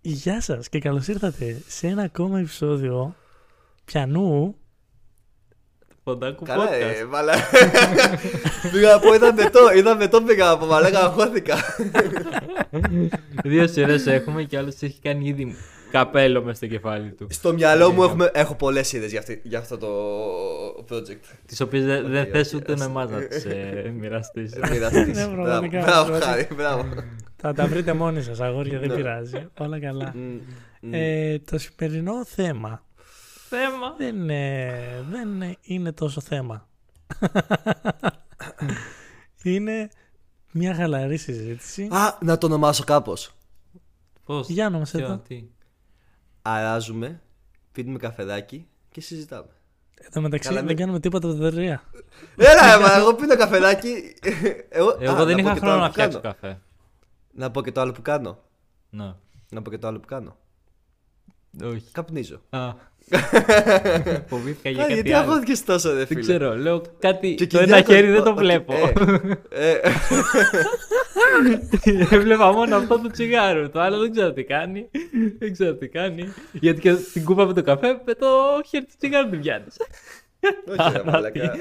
Γεια σας και καλώς ήρθατε σε ένα ακόμα επεισόδιο πιανού Ποντάκου Καλά, podcast. ε, μαλά. πήγα να πω, ήταν πετό, ήταν πετό πήγα να πω, μαλάκα, αγχώθηκα. Δύο σειρές έχουμε και άλλος έχει κάνει ήδη καπέλο μες στο κεφάλι του. Στο μυαλό μου έχουμε, έχω πολλές ιδέες για, αυτή- για αυτό το project. Τις οποίες δεν Οκ, θε οκ, ούτε ας. να μας να τι μοιραστείς. Ε, μοιραστείς. Ναι, Μπράβο, πραγματικά, Μπράβο, πραγματικά. χάρη, μπράβο. Θα τα βρείτε μόνοι σας αγόρια δεν Ναι. πειράζει Όλα καλά Μμ, μμ. ε, Το σημερινό θέμα Θέμα. δεν, ε, δεν ε, είναι τόσο θέμα Είναι μια χαλαρή συζήτηση Α, να το ονομάσω κάπως. Πώς. Για να μας εδώ. Αράζουμε, πίνουμε καφεδάκι και συζητάμε. Εν τω μεταξύ Καλά, δεν μην- κάνουμε τίποτα από τα τρία Έλα, ε, μα εγώ πίνω καφεδάκι. Εγώ, α, Εγώ δεν πω είχα και το χρόνο άλλο να που φτιάξω κάνω. καφέ. Να πω και το άλλο που κάνω. Να. Να πω και το άλλο που κάνω. Όχι. Καπνίζω. Α. Φοβήθηκα για Α, κάτι Γιατί άλλο. αγχώθηκες τόσο, ρε Δεν φίλε. ξέρω, λέω κάτι. Και Το ένα Κυριάκος, χέρι δεν το ε, βλέπω. ε, ε, Έβλεπα μόνο αυτό το τσιγάρο. Το άλλο δεν ξέρω τι κάνει. Δεν ξέρω τι κάνει. Γιατί και την κούπα με το καφέ, με το χέρι του τσιγάρου την πιάνει. Όχι, ρε μαλακά.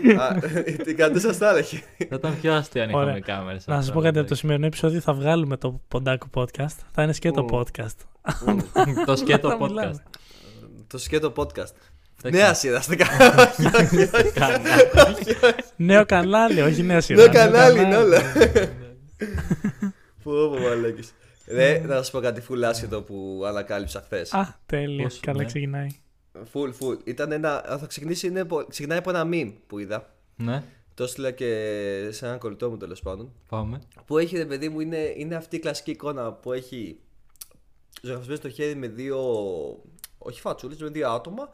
ε, Την κατούσα έλεγχε. Θα ήταν πιο αστείο αν είχαμε δηλαδή. Ωραία. κάμερες. Να σας πω κάτι από το σημερινό επεισόδιο θα βγάλουμε το ποντάκο podcast Θα είναι σκέτο Ου. podcast Το σκέτο Θα podcast. μιλάμε. Το σκέτο podcast. Εντάξει. Νέα σειρά στην κα- Όχι, όχι, όχι. Νέο κανάλι ναι. όχι νέα σειρά Νέο κανάλι είναι όλα. Πω πω μαλακές. Ρε, να σας πω κάτι φουλ άσχετο που ανακάλυψα χθες. Α, τέλεια. Πώς, Καλά ναι. ξεκινάει. Φουλ, φουλ. Ήταν ένα, α, θα ξεκινήσει, είναι, πο- ξεκινάει από ένα meme που είδα. Ναι, Το έστειλα και σε έναν κολλητό μου τέλος πάντων. πάμε. Που έχει ρε παιδί μου, είναι, είναι αυτή η κλασική εικόνα που έχει ζωγραφισμένο το χέρι με δύο. Όχι φατσούλες, με δύο άτομα.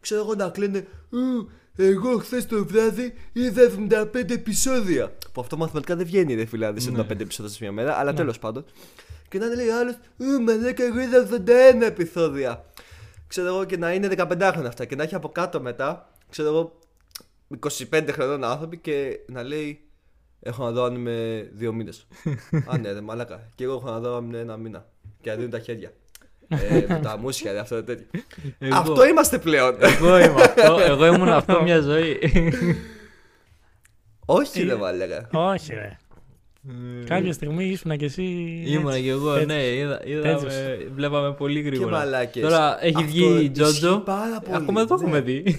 Ξέρω εγώ να κλαίνε. «Ου, Εγώ χθες το βράδυ είδα 75 επεισόδια. Που αυτό μαθηματικά δεν βγαίνει, ρε φίλε, αν δεις 75 επεισόδια σε μια μέρα, αλλά τέλος τέλος πάντων. Και να λέει ο άλλος, μαλάκα, εγώ είδα 81 επεισόδια. Ξέρω εγώ και να είναι 15 χρόνια αυτά. Και να έχει από κάτω μετά, ξέρω εγώ, 25 χρονών άνθρωποι και να λέει Έχω να δω αν είμαι δύο μήνες. Α, ναι, ρε, μαλάκα. Και εγώ έχω να δω αν είναι ένα μήνα. Και να δίνουν τα χέρια. ε, με τα μουσια, ρε, αυτό τέτοιο. Εγώ. Αυτό είμαστε πλέον. Εγώ είμαι αυτό. Εγώ ήμουν αυτό μια ζωή. Όχι, ρε, μαλάκα. Όχι, ρε. Ε, Κάποια στιγμή ήσουν κι εσύ. Ήμουνα έτσι. κι εγώ, Έτσι. ναι, είδα, είδαμε, βλέπαμε πολύ Και γρήγορα. μαλάκες. Τώρα έχει Αυτό βγει η ισχύει Τζότζο. πάρα πολύ, Ακόμα δεν το ναι. έχουμε δει.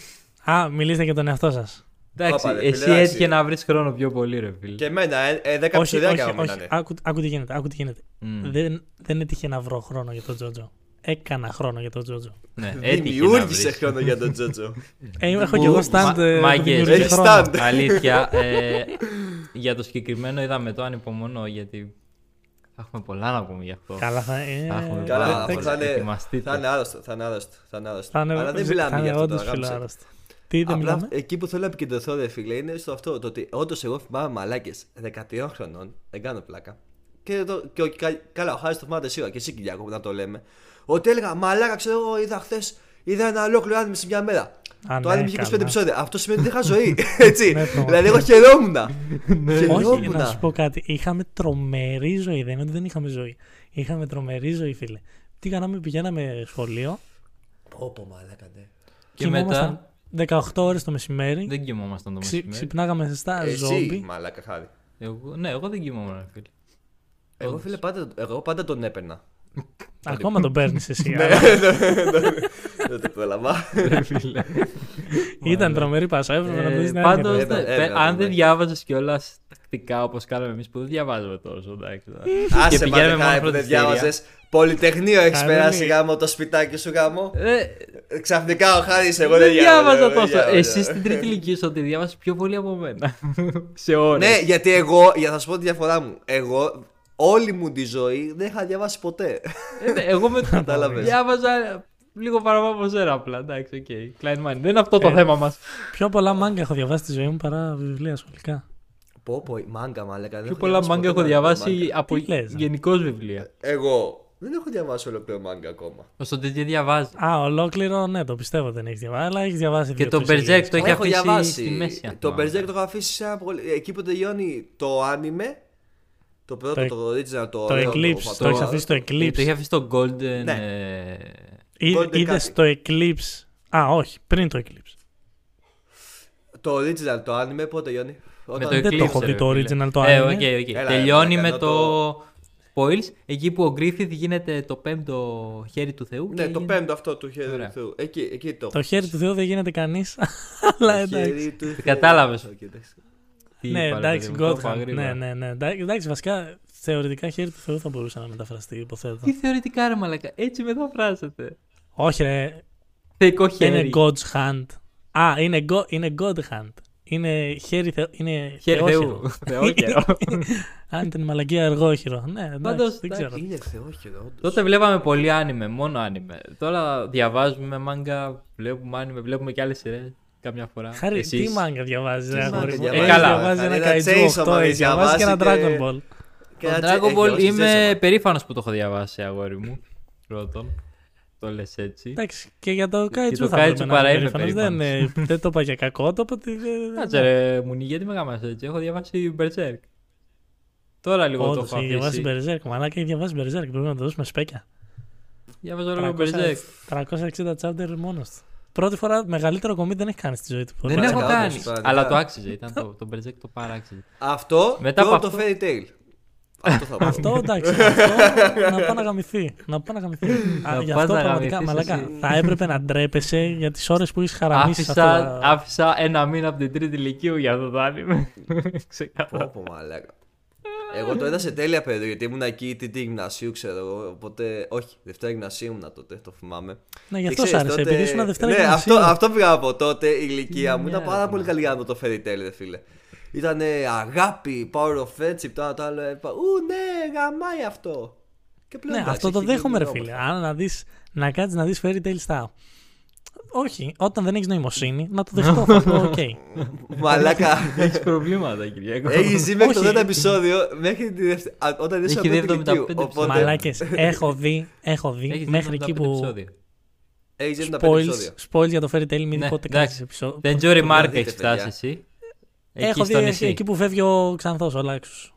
Α, μιλήστε για τον εαυτό σας. Εντάξει, Άπα, ρε, φίλε, εσύ εντάξει. έτυχε να βρεις χρόνο πιο πολύ, ρε φίλε. Και εμένα, ε, ε, 10 Όχι, επεισόδια όχι, έκανα όχι. μήνα, ναι. Άκου, άκου τι γίνεται. Άκου τι γίνεται. Μμ. Δεν, δεν έτυχε να βρω χρόνο για τον Τζότζο. Έκανα χρόνο για τον Τζότζο. Ναι, έτυχε να Δημιούργησε βρεις. χρόνο για τον Τζότζο. Ε, έχω κι εγώ stand. Μα- ε, μάγκες. δημιουργεί Έχει χρόνο. stand. Αλήθεια. ε, για το συγκεκριμένο είδαμε το ανυπομονώ γιατί θα έχουμε πολλά να πούμε γι' αυτό. Καλά, θα ε, Θα έχουμε εντάξει. πάρα Καλά, πολύ. θα είναι, Ετοιμαστείτε. θα είναι άρρωστο, θα είναι άρρωστο, θα είναι άρρωστο. Θα είναι- Αλλά δεν θα μιλάμε είναι για αυτό το όντως αγάπησε. φιλοάρρωστο. Τι δεν Απλά μιλάμε. εκεί που θέλω να επικεντρωθώ, ρε φίλε, είναι στο αυτό. Το ότι όντως εγώ θυμάμαι μαλάκες 13 χρονών, δεν κάνω πλάκα. Και, το, και ο, κα, καλά, ο Χάρη το θυμάται σίγουρα και εσύ Κυριακό που να το λέμε. Ότι έλεγα μαλάκα, ξέρω εγώ, είδα χθες, είδα ένα ολόκληρο άνεμο σε μια μέρα. Α, το ναι, άνεμο είχε 25 καλά. επεισόδια. Αυτό σημαίνει ότι δεν είχα ζωή. Έτσι. Ναι, πραγματικά. δηλαδή, εγώ χαιρόμουν. Όχι, να χαιρόμουν. σου πω κάτι. Είχαμε τρομερή ζωή. Δεν είναι ότι δεν είχαμε ζωή. Είχαμε τρομερή ζωή, φίλε. Τι κάναμε, πηγαίναμε σχολείο. Όπω μαλάκα, ναι. Και μετά Κοιμόμασταν 18 ώρες το μεσημέρι. δεν κοιμόμασταν το Ξυ, μεσημέρι. ξυπνάγαμε σεστά Εσύ, ζόμπι. μαλάκα, χάρη. Εγώ, ναι, εγώ δεν κοιμόμουν, ρε φίλε. Εγώ, φίλε, πάντα, εγώ πάντα τον έπαιρνα. Ακόμα τον παίρνεις εσύ. Ναι. αλλά δεν το πρόλαβα. Ρε φίλε. Ήταν τρομερή πάσα. Έπρεπε να το δει. ναι. να Ε, Πάντως, έρχεται. Έπαιρνα, ναι, έπαιρνα, αν δεν εντάξει. διάβαζες κιόλας τακτικά όπως κάναμε εμείς που δεν διαβάζουμε τόσο, εντάξει. τώρα. Και Άσε πηγαίναμε μάθε μόνο χάρη που δεν φροντιστήρια. διάβαζες Πολυτεχνείο έχεις Καλή. περάσει γάμο το σπιτάκι σου γάμο Ε, Ε, Ξαφνικά ο Χάρης εγώ Δεν δεν διάβαζα διάβαζα τόσο. δεν Εσύ διάβαζα. στην τρίτη ηλικία σου ότι διάβασες πιο πολύ από μένα. Σε ώρες. Ναι γιατί εγώ, για να σου πω τη διαφορά μου Εγώ όλη μου τη ζωή δεν είχα διαβάσει ποτέ Ε, ναι, εγώ με Κατάλαβες. Διάβαζα λίγο παραπάνω από σένα απλά. Εντάξει, οκ. Klein mind. Δεν είναι αυτό το Ε. θέμα μας. Πιο πολλά μάγκα έχω διαβάσει στη ζωή μου παρά βιβλία σχολικά. Πω πω μάγκα μάλακα Πιο πολλά μάγκα έχω διαβάσει από Τι λες, ρε. γενικώς βιβλία. Εγώ δεν έχω διαβάσει ολόκληρο μάγκα ακόμα Στο DJ διαβάζει. Α, ολόκληρο, ναι, το πιστεύω δεν έχεις διαβάσει, αλλά έχεις διαβάσει. Και το δύο-τρεις Berserk σελίδες. το έχει Έχω αφήσει διαβάσει στη μέση. αν Το θυμάμαι. Berserk το έχω αφήσει σε ένα πολύ- εκεί που τελειώνει το άνιμε Το πρώτο, Το- το original, το. Το ωραίο, Eclipse, το έχεις πατώμα. αφήσει το Ε, Το είχε Eclipse. αφήσει το Golden. Ναι. ε, Golden Είδε κάτι. το Eclipse. Α, όχι, πριν το Eclipse. Το original, το anime, πότε Γιάννη. Όταν... το Δεν το έχω δει Eclipse, ρε το φίλε. original, το Ε, anime. οκ, οκ. Έλα, Τελειώνει έλα, με κάνω το. Spoils, εκεί που ο Γκρίφιθ γίνεται το πέμπτο χέρι του Θεού. Ναι, και το γίνεται- πέμπτο αυτό του χέρι Ωραία. του Θεού. Εκεί, εκεί το. Το χέρι του Θεού δεν γίνεται κανείς. Το Αλλά εντάξει. χέρι του Θεού. Κατάλαβες. Οκ, εντάξει. Τι Ναι, είπα, ρε εντάξει, παιδί μου, το είπα Godhand. Ναι, γρήγορα. ναι, ναι. Εντά- Εντάξει, βασικά θεωρητικά χέρι του Θεού θα μπορούσε να μεταφραστεί, υποθέτω. Τι θεωρητικά ρε μαλακά, έτσι μεταφράζεται. Όχι, ρε. Θεϊκό Είναι χέρι. God's hand. Α, είναι, go, είναι God hand. Είναι χέρι Θεού. Είναι Χέρι θεόχειρο. Θεού. Θεόχειρο. Αν ήταν μαλακία αργόχειρο. Ναι, Πάντως, εντάξει, δεν εντάξει. ξέρω. Είναι θεόχειρο, όντως. Τότε βλέπαμε πολύ άνιμε, μόνο άνιμε. Τώρα διαβάζουμε μάγκα, βλέπουμε άνιμε, βλέπουμε και άλλες σειρές καμιά φορά. Χάρη, τι Εσείς. μάγκα διαβάζεις, ρε μάγκα αγόρι μου. διαβάζεις, Ε, καλά. ρε, Διαβάζει ένα ένα Kaiju Chainsaw 8, Man έχει διαβάσει και ένα διαβάσει και- Dragon Ball. Και Το ένα τσι- Dragon έχει, Ball όχι, Chainsaw είμαι Man. περήφανος που το έχω διαβάσει, αγόρι μου. Πρώτον. Το λες έτσι. Εντάξει, και για το το Κάιτσου θα Kaiju πρέπει να παρά είμαι είμαι περήφανος. Δεν, ε, δεν το είπα για κακό, το είπα ότι... ε, Κάτσε ρε, μου γιατί με γάμας έτσι. Έχω διαβάσει Berserk. Τώρα λίγο το Όντως, έχω έχει διαβάσει αφήσει. Berserk, μαλάκα, έχει διαβάσει Berserk, πρέπει να το δώσουμε σπέκια. Διαβάζω λίγο 300 Berserk. 360 chapter μόνος του. Πρώτη φορά μεγαλύτερο κομμή δεν έχει κάνει στη ζωή του. Δεν Μπορεί να έχω κάνει. κάνει. όντως, πραγματικά. Αλλά το άξιζε. Ήταν το, το Berserk το παράξιζε. Αυτό Μετά και από όλο το αυτό- fairy tale. Αυτό θα πω. Αυτό εντάξει, αυτό να πάει να γαμηθεί. Να πάει να γαμηθεί. Α, Να Γι' πας αυτό να πραγματικά, γαμηθείς μαλάκα, εσύ. θα έπρεπε να ντρέπεσαι για τις ώρες που είσαι χαραμίσει σε αυτά Άφησα, τα- άφησα ένα μήνα από την τρίτη ηλικίου για αυτό το άνοιγμα. Ξεκάθαρα. Πω, πω, μαλάκα. Εγώ το είδα σε τέλεια παιδί, γιατί ήμουν εκεί τρίτη γυμνασίου, ξέρω εγώ. Οπότε, όχι, δευτέρα γυμνασίου ήμουν τότε, το θυμάμαι. Ναι, γι' Και αυτό σ' ξέρεις, άρεσε, τότε- επειδή ήσουν Δευτέρα Ναι, Γυμνασίου. αυτό, αυτό πήγα από τότε η ηλικία μου. Ναι, Ήταν ρε, πάρα μαλάκα. πολύ καλή για να δω το fairy tale, ρε φίλε. Ήταν αγάπη, power of friendship, τώρα το άλλο. Είπα, Ου, ναι, γαμάει αυτό. Και πλέον, Ναι, εντάξει, αυτό το έχει γίνει δέχομαι, ρε όμορφο. φίλε. Αν να, δεις, να κάτσεις να δεις fairy tale style. Όχι, όταν δεν έχεις νοημοσύνη, να το δεχτώ. θα πω, οκ. Μαλάκα. Έχεις προβλήματα, Κυριακό. Έχει ζει μέχρι το Όχι. πρώτο επεισόδιο, μέχρι τη δεύτερη. α, Όταν είσαι Έχει από την δει 75 ηλικία. Οπότε. Μαλάκες, έχω δει, έχω δει μέχρι εκεί που... Έχει ζει 75 Spoils, επεισόδιο. spoils για το fairy tale, μην Ναι, πότε εντάξει. κάνεις επεισόδιο. Δεν Τζόρι το Μάρκ δείτε, έχει φτάσει παιδιά. εσύ. Έχω δει εκεί, εκεί που φεύγει ο Ξανθός, ο Λάξους.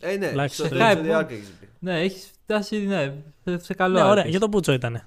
Ε, ναι, Λάξε, στο ρε. τρίτο Ε, επεισόδιο πού- άκρη έχεις μπει. Ναι, έχει φτάσει ναι, σε- σε καλό. Ναι, ωραία, άκουσα. για τον Μπούτσο ήτανε.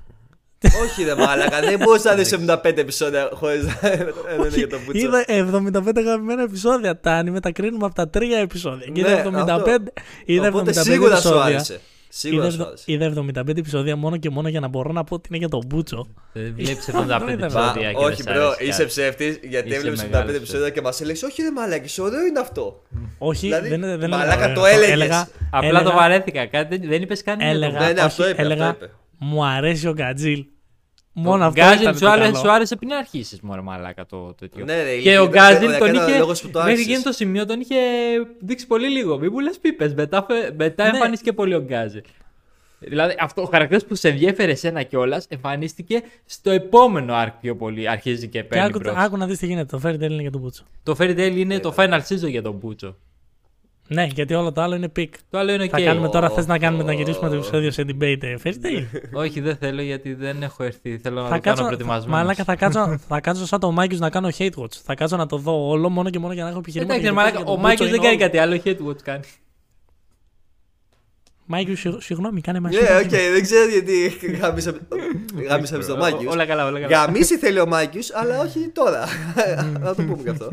Όχι, ρε μαλάκα, δεν μπορούσα να δεις 75 επεισόδια χωρίς να να είναι ναι, για το πουτσο. Είδα 75 αγαπημένα επεισόδια. Τα αν τα κρίνουμε από τα τρία επεισόδια. Και είδα Ναι, 75. Είδα 75 Οπότε σίγουρα σου επεισόδια. άρεσε. Σίγουρα σου Είδα- άρεσε. Είδα 75 επεισόδια μόνο και μόνο για να μπορώ να πω ότι είναι για τον Μπούτσο. Δεν Αυτό βλέπει ήταν. 75 Μα, επεισόδια. και όχι, δεν σ' μπρο, άρεσε είσαι κάτι. ψεύτης γιατί Είσαι έβλεπες μεγάλος 75 επεισόδια και μας έλεγες Όχι, ρε μαλάκι, ωραίο είναι αυτό. Όχι, Δηλαδή, δεν, δεν μαλάκα, έλεγα, το έλεγες. Απλά το βαρέθηκα. Κάτι, δεν- δεν είπες καν. Έλεγα, Ναι, ναι, αυτό όχι, είπε, αυτό έλεγα είπε. μου αρέσει ο Γκατζίλ. Μόνο αυτό Γκάζιν ήταν σου, το άρεσε- καλό. σου άρεσε πριν αρχίσει μόνο μαλάκα το τέτοιο. Ναι, ρε, και ηλικία, ο Γκάζιν ήταν- τον ήταν είχε. λόγος που το Μέχρι άρχισες. εκείνο το σημείο τον είχε δείξει πολύ λίγο. Μη μου λες πίπες. Μετά, φε- μετά Ναι. εμφανίστηκε πολύ ο Γκάζιν. Δηλαδή, αυτό, ο χαρακτήρας που σε ενδιέφερε εσένα κιόλας εμφανίστηκε στο επόμενο arc πιο πολύ. Αρχίζει και Και παίρνει. άκου, μπρος. άκου να δεις τι γίνεται. Το Fairy Tail είναι για τον Μπούτσο. Το Fairy Tail Ε, είναι το final season για τον Μπούτσο. Ναι, γιατί όλο το άλλο είναι πικ. Το άλλο είναι Θα ok. κάνουμε τώρα, θες να κάνουμε να γυρίσουμε το επεισόδιο σε debate ε, Fairy Tail. Όχι, δεν θέλω γιατί δεν έχω έρθει. Θέλω να θα το κάνω κάτσω, προετοιμασμένος. μαλάκα, θα κάτσω, θα κάτσω σαν το Μάικος να κάνω hate watch. Θα κάτσω να το δω όλο μόνο και μόνο για να έχω επιχειρήματα. Εντάξει, ρε γιατί μαλάκα, για τον ο Μπούτσο Μάικος δεν είναι κάνει όλο. κάτι άλλο. Hate watch κάνει. Μάικος, συγ- συγγνώμη, κάνε μας. Ναι, οκ, δεν ξέρω γιατί γάμισα γάμισα με τον Μάκη. Ό- Όλα καλά, όλα καλά. Γαμίσει θέλει ο Μάκης, αλλά όχι τώρα. Να το πούμε και αυτό.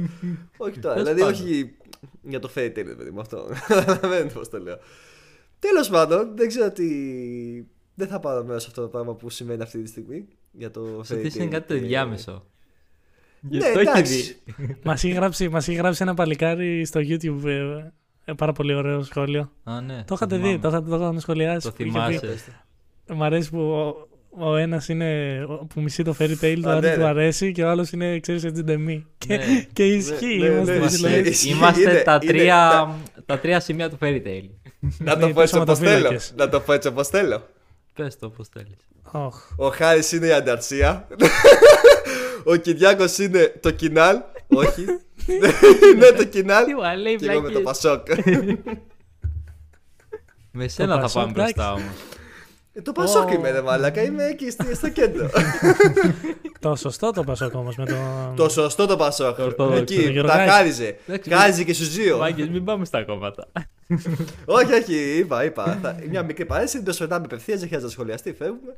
Όχι τώρα. Τέλος δηλαδή, πάντων. όχι για το fairy tale, παιδί μου αυτό. Καταλαβαίνετε πώς το λέω. Τέλος πάντων, δεν ξέρω τι. Δεν θα πάρω μέρο σε αυτό το πράγμα που συμβαίνει αυτή τη στιγμή για το Στο fairy τι είναι tale. κάτι το Ε, ενδιάμεσο. Ναι, εντάξει. Μας έχει γράψει, μας έχει γράψει ένα παλικάρι στο YouTube ε, ε, πάρα πολύ ωραίο σχόλιο. Α, ναι. Το είχατε δει, το είχατε το είχαμε σχολιάσει. Το που είχε θυμάσαι. πει, Μ' αρέσει που ο, ο ένας είναι ο- που μισεί το fairy tale, το Α, ναι, άλλο του ναι. αρέσει και ο άλλος είναι, ξέρεις, έτσι ντεμή. Και, Ναι. και ισχύει. Ναι, ναι, είμαστε ναι, δηλαδή. ισχύει. Ισχύει, Είμαστε είναι- τα είναι τρία, τα τρία σημεία του Fairy Tail. Να το Ναι, πω έτσι όπως θέλω. τερματοφύλακες. Να το πω έτσι όπως θέλω. Πες το όπως θέλεις. Οχ. Ο Χάρης είναι η ανταρσία. Ο Κυριάκος είναι το κοινάλ. Όχι. Ναι, το κοινάλ. Τι μου λέει, Και εγώ με το βλάκες. Πασόκ. Με Το σένα θα Πασόκ, πάμε εντάξει. μπροστά όμως. Ε, Το Πασόκ είμαι, ρε Μαλάκα. Είμαι εκεί στη- στο κέντρο. Το σωστό το πασόκ όμως με το. Το σωστό το Πασόκ. Το ορθόδοξο. Το Εκεί Γιωργάκη. τα χάριζε. Εντάξει, Χάριζε και στους δύο. Μάγκες, μην πάμε στα κόμματα. όχι, όχι, είπα, είπα. Θα- Μια μικρή παρένθεση, το σφετάμε απευθείας, δεν χρειάζεται να σχολιαστεί, φεύγουμε.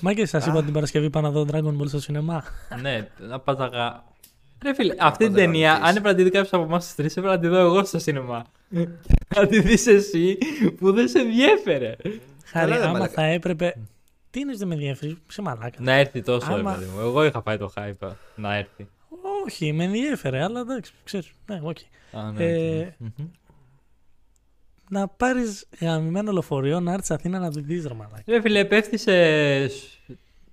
Μα και σα είπα την Παρασκευή πάω να δω Dragon Ball στο σινεμά. ναι, να πας να γα- Ρε φίλε, αυτή την να ταινία, γαμηθείς. αν έπρεπε να τη δει κάποιος από εμάς τους τρεις, έπρεπε να τη δω εγώ στο σινεμά. Και να τη δεις εσύ που δεν σε ενδιέφερε. Χάρη, Καλά, ρε άμα μαλάκα. θα έπρεπε. Τι είναι δεν με ενδιαφέρει, σε μαλάκα. Να έρθει τόσο, ρε Άμα- παιδί μου. Εγώ είχα πάει το hype να έρθει. Όχι, με ενδιέφερε, αλλά εντάξει, ξέρεις, Ναι, οκ. Α, ναι, Ε, ναι. Μμμ. Να πάρεις γαμημένο λεωφορείο να έρθεις Αθήνα να τη δεις, ρε μαλάκα. Ρε φίλε, πέφτει σε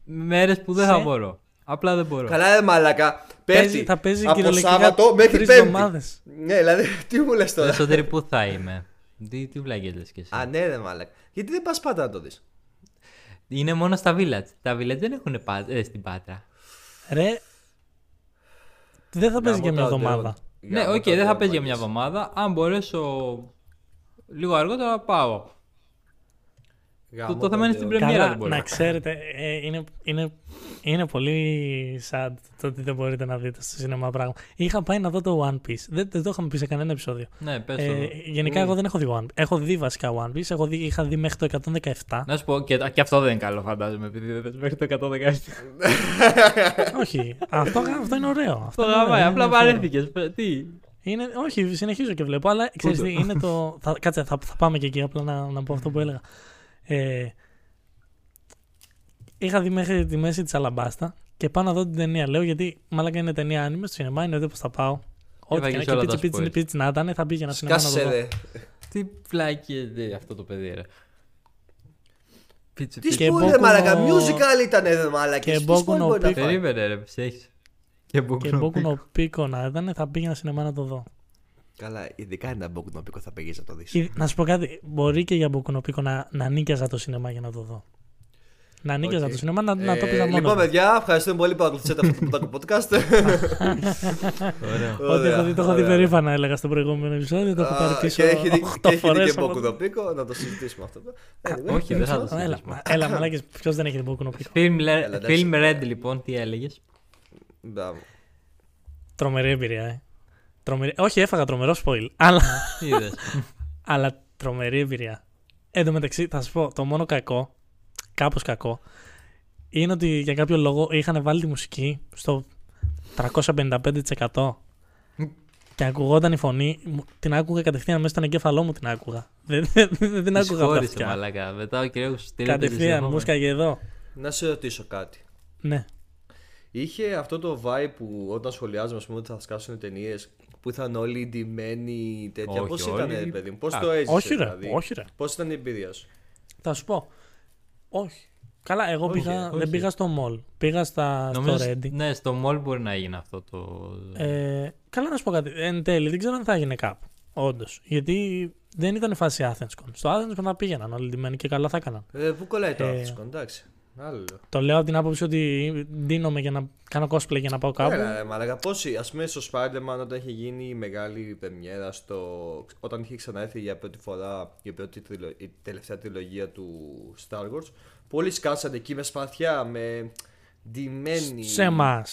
μέρες που δεν θα Σε- μπορώ. Απλά δεν μπορώ. Καλά, ρε μαλακά. Πέφτει. Παίζει- θα παίζει από κυριολεκτικά Σάββατο μέχρι τρεις Πέμπτη. εβδομάδες. Ναι, δηλαδή, τι μου λες Ρε τώρα. Σωτήρη, πού θα είμαι. Τι, τι βλακίες λες κι εσύ. Α, ναι, ρε μαλακά. Γιατί δεν πας πάντα να το δεις. Είναι μόνο στα village. Τα village δεν έχουν πα... ε, στην Πάτρα. Ρε. Δεν θα παίζει για μια εβδομάδα. ναι, οκ, δεν θα παίζει για μια εβδομάδα. Αν μπορέσω λίγο αργότερα να πάω. Το, το θέμα είναι στην πρεμιέρα Καλά, δεν μπορώ. να ξέρετε, ε, είναι, είναι, είναι πολύ sad το ότι δεν μπορείτε να δείτε στο σινεμά πράγμα. Είχα πάει να δω το One Piece. Δεν, δεν το είχαμε πει σε κανένα επεισόδιο. Ναι, πες το. Ε, γενικά, εγώ δεν έχω δει One Piece. Έχω δει βασικά One Piece. Έχω δει, είχα δει μέχρι το 117. Να σου πω, και, και αυτό δεν είναι καλό φαντάζομαι, επειδή δεν θες μέχρι το 117. όχι, αυτό, αυτό είναι ωραίο. Αυτό Ναι. Το είναι ωραίο, γαμάει, είναι απλά ωραίο. παρέθηκες. Πε- Τι. Είναι, όχι, συνεχίζω και βλέπω, αλλά ξέρεις τι, είναι το... Θα, κάτσε, θα, θα πάμε και εκεί απλά να, να πω αυτό που έλεγα. Ε, είχα δει μέχρι τη μέση της Αλαμπάστα και πάω να δω την ταινία. Λέω γιατί μαλάκα είναι ταινία άνιμε στο σινεμά, είναι ότι πως θα πάω. Ό,τι και να Έφαγες και όλα τα πίτσι πίτσι spoilers. πίτσι να ήταν, θα πήγαινα στο σινεμά να το Κάσε, δω. ρε. Τι πλάκι λέει αυτό το παιδί, ρε. Πίτσε, Τι πίτσε. Και σπούλ, ρε Boku no- μαλακά. Musical ήταν, ρε μαλακά. και Τι Boku σπούλ no μπορεί να Pico. φάει. Περίμενε, ρε, ψέχεις. Και Και μπουκνο. Μπόκουνο Πίκο να ήταν, θα πήγαινα σινεμά να το δω. Καλά, ειδικά ένα μπόκουνο πίκο θα πήγε να το δεις. Ή- Να σου πω κάτι, μπορεί και για Μπόκουνο Πίκο να, να νίκιαζα το σινεμά για να το δω. Να νίκιαζα Οκ. το σινεμά, να, να το πήγα μόνος. Λοιπόν, μου. παιδιά, ευχαριστούμε πολύ που ακολουθήσατε αυτό το πρωτάκο podcast. Ωραία. Ό,τι έχω δει, το έχω δει Ωραία. περήφανα, έλεγα στο προηγούμενο επεισόδιο. Το έχω πάρει Α, πίσω Και έχει δει 8 και έχει δει φορές και από- Boku no Pico, να το συζητήσουμε αυτό. Anyway, Όχι, δεν θα το ευχαριστώ. συζητήσουμε. Έλα, μα- έλα μαλάκες, ποιος δεν έχει την Boku no Pico. Film, εντάξει. film Red, λοιπόν, τι έλεγες. Μπράβο. Τρομερή εμπειρία, ε. Τρομερή... Όχι, έφαγα τρομερό spoil, αλλά, Τι είδες. αλλά τρομερή εμπειρία. Εν τω μεταξύ, θα σου πω, το μόνο κακό, κάπως κακό, είναι ότι για κάποιο λόγο είχαν βάλει τη μουσική στο 355% και ακουγόταν η φωνή, μου- την άκουγα κατευθείαν μέσα στον εγκέφαλό μου την άκουγα. Δεν, δεν, δεν την άκουγα από τα Συγχώρησε, αυτιά. μαλάκα. Μετά ο κύριος στείλει Κατευθείαν, μου έσκαγε εδώ. Να σε ρωτήσω κάτι. Ναι. Είχε αυτό το vibe που όταν σχολιάζουμε, ας πούμε, ότι θα σκάσουν ταινίες που ήταν όλοι ντυμένοι τέτοια. Όχι, Πώς όλοι. ήταν, ρε παιδί μου, πώς Α, το έζησε. όχι ρε, όχι ρε. Πώς ήταν η εμπειρία σου. Θα σου πω. Όχι. Καλά, εγώ πήγα, όχι. δεν πήγα στο mall. Πήγα στα, στο Ready. Ναι, στο mall μπορεί να γίνει αυτό το. Ε, καλά να σου πω κάτι. Εν τέλει, δεν ξέρω αν θα έγινε κάπου. Όντως. Γιατί δεν ήταν η φάση Athenscon. Στο Athenscon θα πήγαιναν όλοι ντυμένοι και καλά θα έκαναν. Ε, πού κολλάει το Ε. Athenscon, εντάξει. Άλλο. Το λέω από την άποψη ότι ντύνομαι για να κάνω cosplay για να πάω κάπου. Έλα, ρε, μαλακα, πόσοι, ας πούμε στο Spider-Man όταν είχε γίνει η μεγάλη πεμιέρα στο... όταν είχε ξαναέρθει για πρώτη φορά η, πρώτη τριλο- η τελευταία τριλογία του Star Wars, πολλοί σκάσανε εκεί με σπαθιά, με ντυμένοι. Σε εμάς.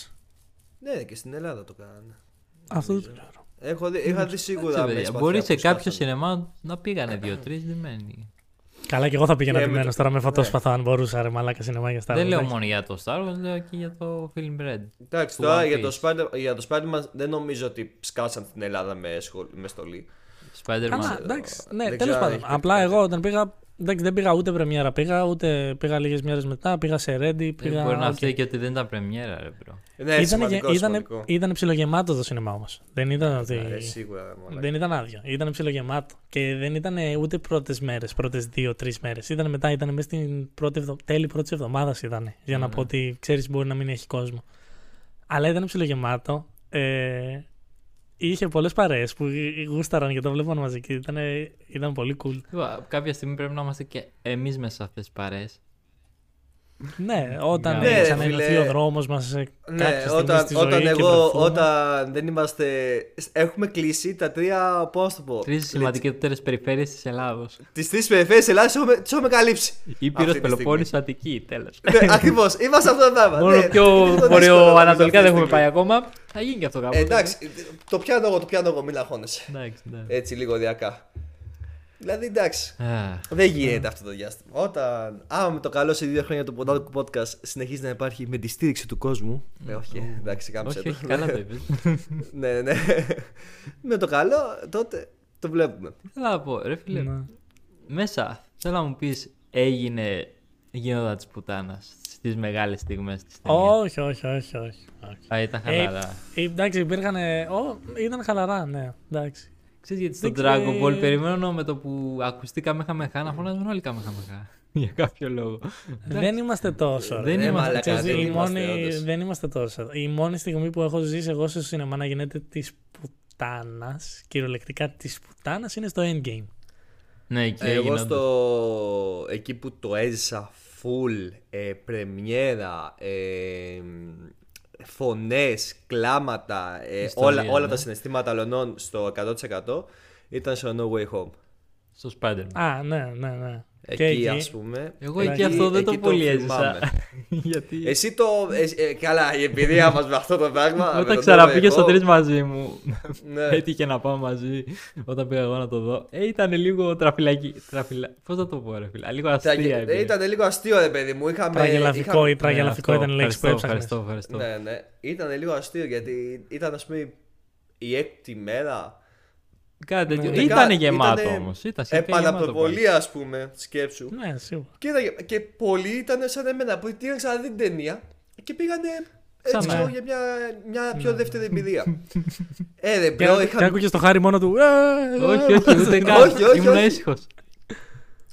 Ναι, ρε, και στην Ελλάδα το κάνανε. Αυτό δεν το ξέρω. Έχω δει, είχα δει σίγουρα με σπαθιά Μπορεί σε που κάποιο σκάσανε. σινεμά να πήγανε δύο-τρει ντυμένοι. Καλά, και εγώ θα πήγαινα Και με ντυμένο το- τώρα με ναι. φωτόσπαθο αν μπορούσα. Ρε, μαλάκα σινεμά για Star Δεν Wars, λέω εντάξει. μόνο για το Star Wars, λέω και για το Film Red. Εντάξει, του τώρα One για το, Piece. Spider- για το Spider-Man δεν νομίζω ότι σκάσαν την Ελλάδα με, σχολ- με στολή. Καλά, Spider-Man. εντάξει. ε, Ναι, δεν τέλος ξέρω αν πάντων. έχει Απλά εγώ όταν πήγα. Εντάξει, δεν πήγα ούτε πρεμιέρα πήγα, ούτε πήγα λίγες μέρες μετά. Πήγα σε Ρέντι, Ε, πήγα. Μπορεί να οκ. φταίει και ότι δεν ήταν πρεμιέρα, ρε μπρο. Ναι, Ήτανε- σημαντικό, ήτανε- σημαντικό. Ήτανε ψιλογεμάτο το σινεμά όμως. Δεν ήταν ότι. Ε, σίγουρα, ρε, μαλακα. Δεν ήταν άδειο. Ήταν ψιλογεμάτο. Και δεν ήταν ούτε πρώτες μέρες, πρώτες δύο-τρει μέρε. Ήταν μετά, ήταν μέσα στην πρώτη εβδο... τέλη πρώτης εβδομάδας ήταν. Για Ναι, να πω ότι ξέρεις, μπορεί να μην έχει κόσμο. Αλλά ήταν ψιλογεμάτο. Ε, είχε πολλές παρέες που γούσταραν και το βλέπαν μαζί και ήταν, ήταν πολύ cool. Λοιπόν, Κάποια στιγμή πρέπει να είμαστε και εμείς μέσα σε αυτές τις παρέες. Ναι, όταν Ναι, ναι, ρε, ξαναενωθεί φίλε. ο δρόμος μας σε κάποια Ναι, στιγμή όταν, στη ζωή όταν, και εγώ, βρεθούμε. όταν δεν είμαστε. Έχουμε κλείσει τα τρία. Πώς να το πω. Τρεις σημαντικότερες περιφέρειες της Ελλάδος. Τις τρεις περιφέρειες Ελλάδας τις έχουμε καλύψει. Ήπειρος, Αυτή τη στιγμή. Πελοπόννησο, Αττική, τέλος. ναι, ακριβώς. Είμαστε αυτό το πράγμα. Μόνο ναι. πιο Είναι το δύσκολο νομίζω αυτή βορειοανατολικά τη δεν έχουμε στιγμή. πάει ακόμα. Θα γίνει και αυτό κάπου. Ε, Εντάξει, το πιάνω εγώ, το πιάνω εγώ, μην αγχώνεσαι. Εντάξει, ναι. Έτσι λίγο ωριακά. Δηλαδή εντάξει. Α, Δεν γίνεται αυτό το διάστημα. Όταν, άμα με το καλό σε δύο χρόνια το Ποντάδικο Podcast συνεχίζει να υπάρχει με τη στήριξη του κόσμου. Ναι, όχι, εντάξει, κάμψε όχι, το. όχι, καλά το είπες. ναι, ναι. με το καλό, τότε το βλέπουμε. Θέλω να πω, ρε φίλε, Ναι. μέσα θέλω να μου πεις έγινε γινόντα της πουτάνας στις μεγάλες στιγμές της ταινίας. Όχι, όχι, όχι, όχι. όχι. Α, ήταν χαλαρά. Ε, εντάξει, υπήρχαν. ε, ο, ήταν χαλαρά, ναι. Εντάξει. Ξέρεις γιατί στον δεν Dragon Ball ξέρω. περιμένω με το που ακουστεί Καμεχαμεχά να φωνάζουν όλοι Καμεχαμεχά. Για κάποιο λόγο. Δεν είμαστε τόσο. Δεν ρε. είμαστε, Ξέρεις, μαλάκα, η δεν μόνη- Ε, είμαστε, όντως. δεν είμαστε τόσο. Η μόνη στιγμή που έχω ζήσει εγώ στο σινεμά να γίνεται της πουτάνας, κυριολεκτικά της πουτάνας, είναι στο endgame. Ναι, εκεί Ε, Εγώ έγινε όντως. στο. εκεί που το έζησα full, ε, πρεμιέρα, ε, φωνές, κλάματα, ε, Ιστορία, όλα, όλα ναι. τα συναισθήματα λονών στο 100% ήταν στο No Way Home. Στο Spider-Man. Α, ναι, ναι, ναι. Εκεί, ας πούμε. Εγώ ε, εκεί αυτό δεν το εκεί πολύ θυμάμαι. έζησα. Γιατί Εσύ το. ε, ε, καλά, η εμπειρία μας με αυτό το πράγμα. με όταν τον ξαναπήγε στο Ντόρο τρεις Εχώ, μαζί μου, ναι. έτυχε να πάω μαζί όταν πήγα εγώ να το δω. Ε, ήταν λίγο τραφυλακή. Τραφυλα... Πώς θα το πω, ρε φίλε. Λίγο Τα- αστεία. ε, εμπειρία. Ήταν λίγο αστείο, ρε παιδί μου. Είχαμε, Τραγελαφικό είχαμε- ή τραγελαφικό Ναι, ήταν η αυτό. λέξη που Ευχαριστώ, έψαχνες. Ευχαριστώ, ευχαριστώ. Ναι, ναι. Ήταν λίγο αστείο γιατί ήταν, ας πούμε, η έκτη μέρα. Κάτι τέτοιο. Ναι. Ήταν γεμάτο όμως. Ήταν σχετικά γεμάτο. πάλι. Επαναπροβολή, α πούμε, σκέψου. Ναι, σίγουρα. Και, ήταν- και πολλοί ήταν σαν εμένα που είχαν ξαναδεί την ταινία και πήγανε. Έτσι, Ξανά. ξέρω, για μια, μια πιο δεύτερη εμπειρία. ε, ρε, Ναι. Και, μπρο, και είχα άκουγες το χάρι μόνο του. «Ε, Όχι, όχι, ούτε Όχι, καν. όχι, Ήμουν όχι. ήσυχος.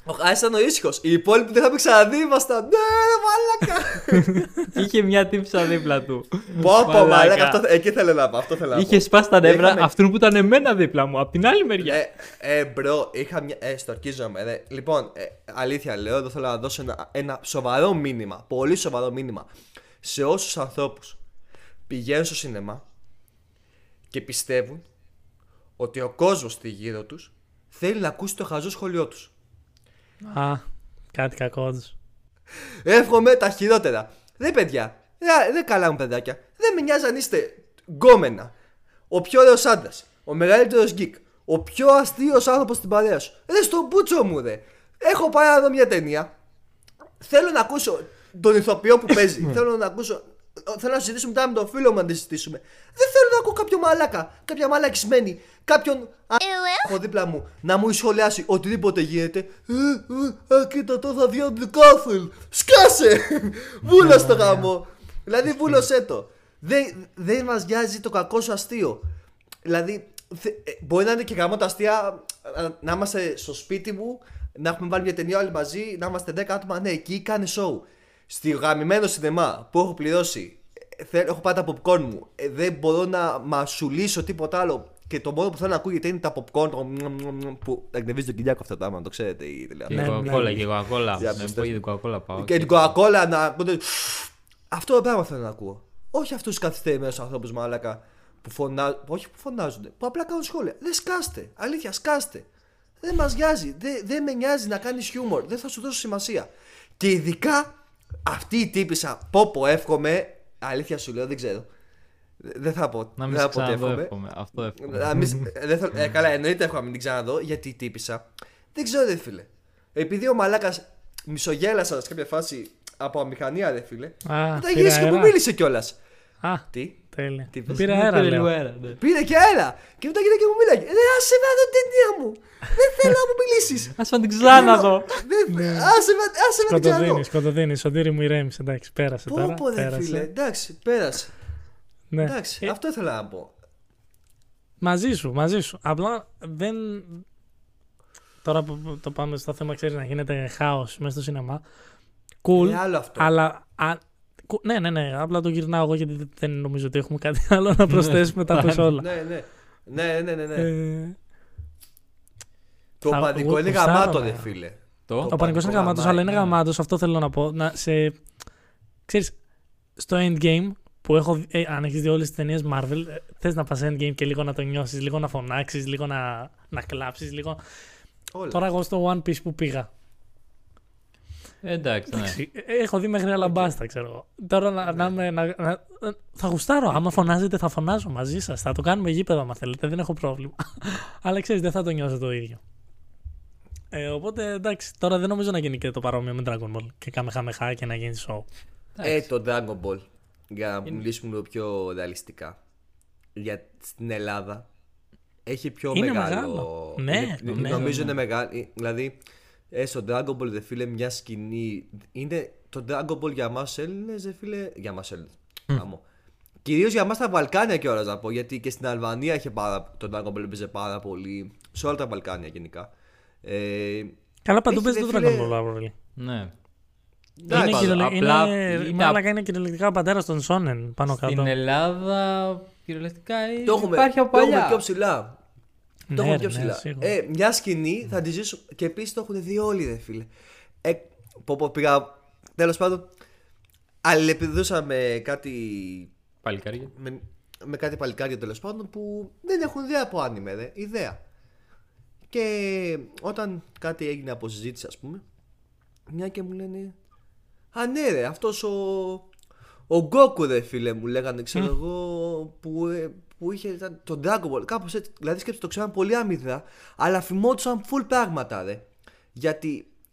Ο Χάρη ήταν ο ήσυχος. Οι υπόλοιποι δεν θα με ξαναδεί, ήμασταν. Ναι, ρε, μαλάκα. Είχε μια τύψα δίπλα του. Πω, πω, μαλάκα. Μαλάκα. Αυτό, εκεί θέλω να πάω. Αυτό θέλω να πω. Είχε σπάσει τα νεύρα Είχαμε- αυτού που ήταν εμένα δίπλα μου, απ' την άλλη μεριά. Ε, ε, μπρο, είχα μια. Ε, στορκίζομαι, ρε. Λοιπόν, ε, αλήθεια λέω, εδώ θέλω να δώσω ένα, ένα σοβαρό μήνυμα. Πολύ σοβαρό μήνυμα. Σε όσους ανθρώπους πηγαίνουν στο σινεμά και πιστεύουν ότι ο κόσμος στη γύρω τους θέλει να ακούσει το χαζό σχολείο τους. Α, κάτι κακό του. Εύχομαι τα χειρότερα. Ρε παιδιά, ρε, ρε καλά μου παιδάκια, δεν με νοιάζει αν είστε γκόμενα, ο πιο ωραίος άντρας, ο μεγαλύτερος γκικ, ο πιο αστείος άνθρωπος στην παρέα σου. Ρε στον μπούτσο μου, ρε. Έχω πάει να δω μια ταινία. Θέλω να ακούσω τον ηθοποιό που παίζει. θέλω να ακούσω. Θέλω να συζητήσουμε μετά με τον φίλο μου να τη συζητήσουμε. Δεν θέλω να ακούω κάποιο μαλάκα, κάποια μαλακισμένη, κάποιον έχω δίπλα μου να μου σχολιάσει οτιδήποτε γίνεται. Ε, ε, α, κοίτα το θα διάνει κάθελ. Σκάσε! Βούλα το γαμό. Δηλαδή βούλωσέ το. Δεν, δεν μας νοιάζει το κακό σου αστείο. Δηλαδή θε- ε, μπορεί να είναι και γαμό τα αστεία ε, να είμαστε στο σπίτι μου, να έχουμε βάλει μια ταινία όλοι μαζί, να είμαστε 10 άτομα. Ναι, εκεί κάνει σοου. Στη γαμημένο σινεμά που έχω πληρώσει, ε, θε- έχω πάει τα popcorn μου. ε, δεν μπορώ να μασουλήσω τίποτα άλλο. Και το μόνο που θέλω να ακούγεται είναι τα popcorn το μμμ, μμμ, μμμ, που εκνευρίζει τον Κυριάκο αυτά τα άμα, το ξέρετε. Η Και Ναι, τηλεόραση. ναι. κοκακόλα, και κοκακόλα. Για Να να πω για την κοκακόλα πάω. Και την Coca-Cola να ακούτε. Αυτό το πράγμα θέλω να ακούω. Όχι αυτούς του καθυστερημένου ανθρώπους μάλακα που φωνάζουν. Όχι που φωνάζουν, που απλά κάνουν σχόλια. Δεν σκάστε. Αλήθεια, σκάστε. Δεν μας νοιάζει. Δεν, δεν με νοιάζει να κάνεις χιούμορ. Δεν θα σου δώσω σημασία. Και ειδικά αυτή η τύπησα. Πόπο, εύχομαι. Αλήθεια σου λέω, δεν ξέρω. Δεν θα πω. Να δεν μην θα σε πω τι ξαναδώ, ε, εύχομαι. εύχομαι. Αυτό εύχομαι. Να μην σ- ε, δεν θέλω- ε, καλά, εννοείται έχω να μην την ξαναδώ γιατί η τύπησα. Δεν ξέρω, ρε φίλε. Επειδή ο μαλάκας μισογέλασα σε κάποια φάση από αμηχανία, ρε φίλε. Α, Μετά πήρα γύρισε και μου αέρα. μίλησε κιόλας. Α, Τι. τέλεια. Τι είπες. Πήρα Πήρε αέρα, λίγο λέω. αέρα, ναι. Πήρε και αέρα. Και μετά γύρισε και μου μίλαγε. Ρε, άσε με να δω την ταινία μου. Δεν θέλω να μου μιλήσεις. Ας φαν την ξαναδώ. Ναι. Άσε με, άσε με να την ξαναδώ. Σκοτωδίνεις, σκοτωδίνεις. Σωτήρι μου ηρέμησε. Εντάξει, πέρασε τώρα. Πω, πω, ρε φίλε. Πέρασε. Εντάξει, πέρασε. Ναι. Εντάξει, Ε, αυτό ήθελα να πω. Μαζί σου, μαζί σου. Απλά δεν. Τώρα που το πάμε στο θέμα, ξέρεις να γίνεται χάος μέσα στο σινεμά. Cool. Είναι άλλο αυτό. Αλλά. Α... κου- Ναι, ναι, ναι. Απλά το γυρνάω εγώ γιατί δεν- δεν νομίζω ότι έχουμε κάτι άλλο να προσθέσουμε μετά από όλα. Ναι, ναι. Ναι, ναι, ναι, ναι. Ε, Το θα- παντικό εγώ είναι κουστάρω, γαμάτο, ναι. ρε φίλε. Το. Ο πανικός είναι πανικός γαμάτος, γαμάει, αλλά είναι ναι. γαμάτος. Αυτό θέλω να πω. Να σε. Ξέρεις, στο endgame που έχω. δει- Ε, αν έχεις δει όλες τις ταινίες Marvel, θες να πας endgame και λίγο να το νιώσεις, λίγο να φωνάξεις, λίγο να, να κλάψεις, λίγο. Όλα. Τώρα εγώ στο One Piece που πήγα. Εντάξει, ναι. Εντάξει, ε, Έχω δει μέχρι αλαμπάστα, ξέρω εγώ. Τώρα να, Ναι. να, με- να- να- θα γουστάρω. Άμα φωνάζετε, θα φωνάζω μαζί σας. Θα το κάνουμε γήπεδο, άμα θέλετε. Δεν έχω πρόβλημα. Αλλά ξέρεις, δεν θα το νιώσω το ίδιο. Ε, οπότε εντάξει, τώρα δεν νομίζω να γίνει και το παρόμοιο με Dragon Ball και κάμε χαμεχά και να γίνει show. Ε, το Dragon Ball. Για να μιλήσουμε λίγο πιο ρεαλιστικά. Για στην Ελλάδα. Έχει πιο Είναι μεγάλο. μεγάλο. Ναι, είναι, ναι, νομίζω ναι. είναι μεγάλο. Δηλαδή, ε, στο Dragon Ball, δε φίλε, μια σκηνή. Είναι το Dragon Ball για εμά Έλληνες, δε φίλε. Για εμά Έλληνε. Mm. Κυρίως για εμά τα Βαλκάνια κιόλας να πω. Γιατί και στην Αλβανία είχε πάρα, το Dragon Ball έπαιζε πάρα πολύ. Σε όλα τα Βαλκάνια γενικά. Ε, Καλά, παντού Έχει, παίζει το ρε, Dragon φίλε, Ball Aurora. Ναι. Είναι, εντάξει, κυριολε... απλά είναι... είναι μάλλον είναι κυριολεκτικά ο πατέρας των Σόνεν πάνω κάτω. Στην Ελλάδα κυριολεκτικά Το έχουμε, υπάρχει από το έχουμε παλιά. πιο ψηλά. Ναι, το έχουμε ρε, πιο ναι, ψηλά. σίγουρα. ε, μια σκηνή θα τη ζήσω. Και επίσης το έχουν δει όλοι, δε φίλε. Ε, πω, πω, πήγα. Τέλος πάντων, αλληλεπιδρούσα με κάτι. Παλικάρια. Με, με κάτι παλικάρια τέλος πάντων που δεν έχουν ιδέα από άνιμε, ρε. Ιδέα. Και όταν κάτι έγινε από συζήτηση, ας πούμε, μια και μου λένε. Α, ναι, ρε, αυτός ο. Ο Γκόκου, ρε φίλε μου, λέγανε, ξέρω εγώ, που, ε, που είχε ήταν τον Dragon Ball. Κάπως έτσι. Δηλαδή, σκέψτε το ξέραν πολύ άμυδα, αλλά φημόντουσαν full πράγματα, ρε. Γιατί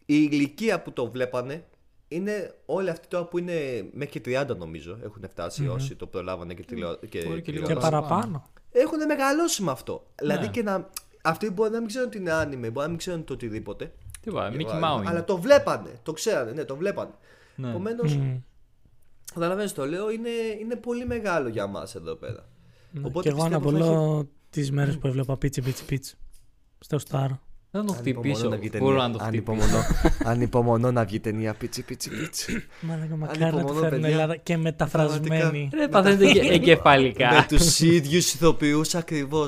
η ηλικία που το βλέπανε είναι όλοι αυτοί τώρα που είναι μέχρι και 30, νομίζω. Έχουν φτάσει όσοι το προλάβανε και, τηλεο... και, Μπορεί και λίγο Και τηλεόραση. παραπάνω. παραπάνω. Έχουν μεγαλώσει με αυτό. Δηλαδή, Ναι. και να. Αυτοί μπορεί να μην ξέρουν τι είναι άνιμε, μπορεί να μην ξέρουν το οτιδήποτε. Τι πάει, Μίκη Αλλά- Μάου Αλλά είναι. το βλέπανε, το ξέρανε, ναι, το βλέπανε. Ναι. Επομένως, καταλαβαίνεις το λέω, είναι, είναι πολύ μεγάλο για μας εδώ πέρα. Ναι. Και εγώ πιστεύω θα έχει- αναπολώ τις μέρες που έβλεπα πίτσι πίτσι πίτσι. Στο Σταρ. Δεν το Ανυπομονώ χτυπήσω. να βγει Μπορώ ταινία. να το χτυπήσω. Ανυπομονώ, ανυπομονώ να βγει ταινία πίτσι πίτσι πίτσι. Μάλλον μακάρι να τη υπομονώ, φέρουν παιδιά. Ελλάδα και μεταφρασμένη. Πραγματικά. Ρε, παθαίνετε ε, εγκε- Με εγκεφαλικά. τους ίδιους ηθοποιούς ακριβώς.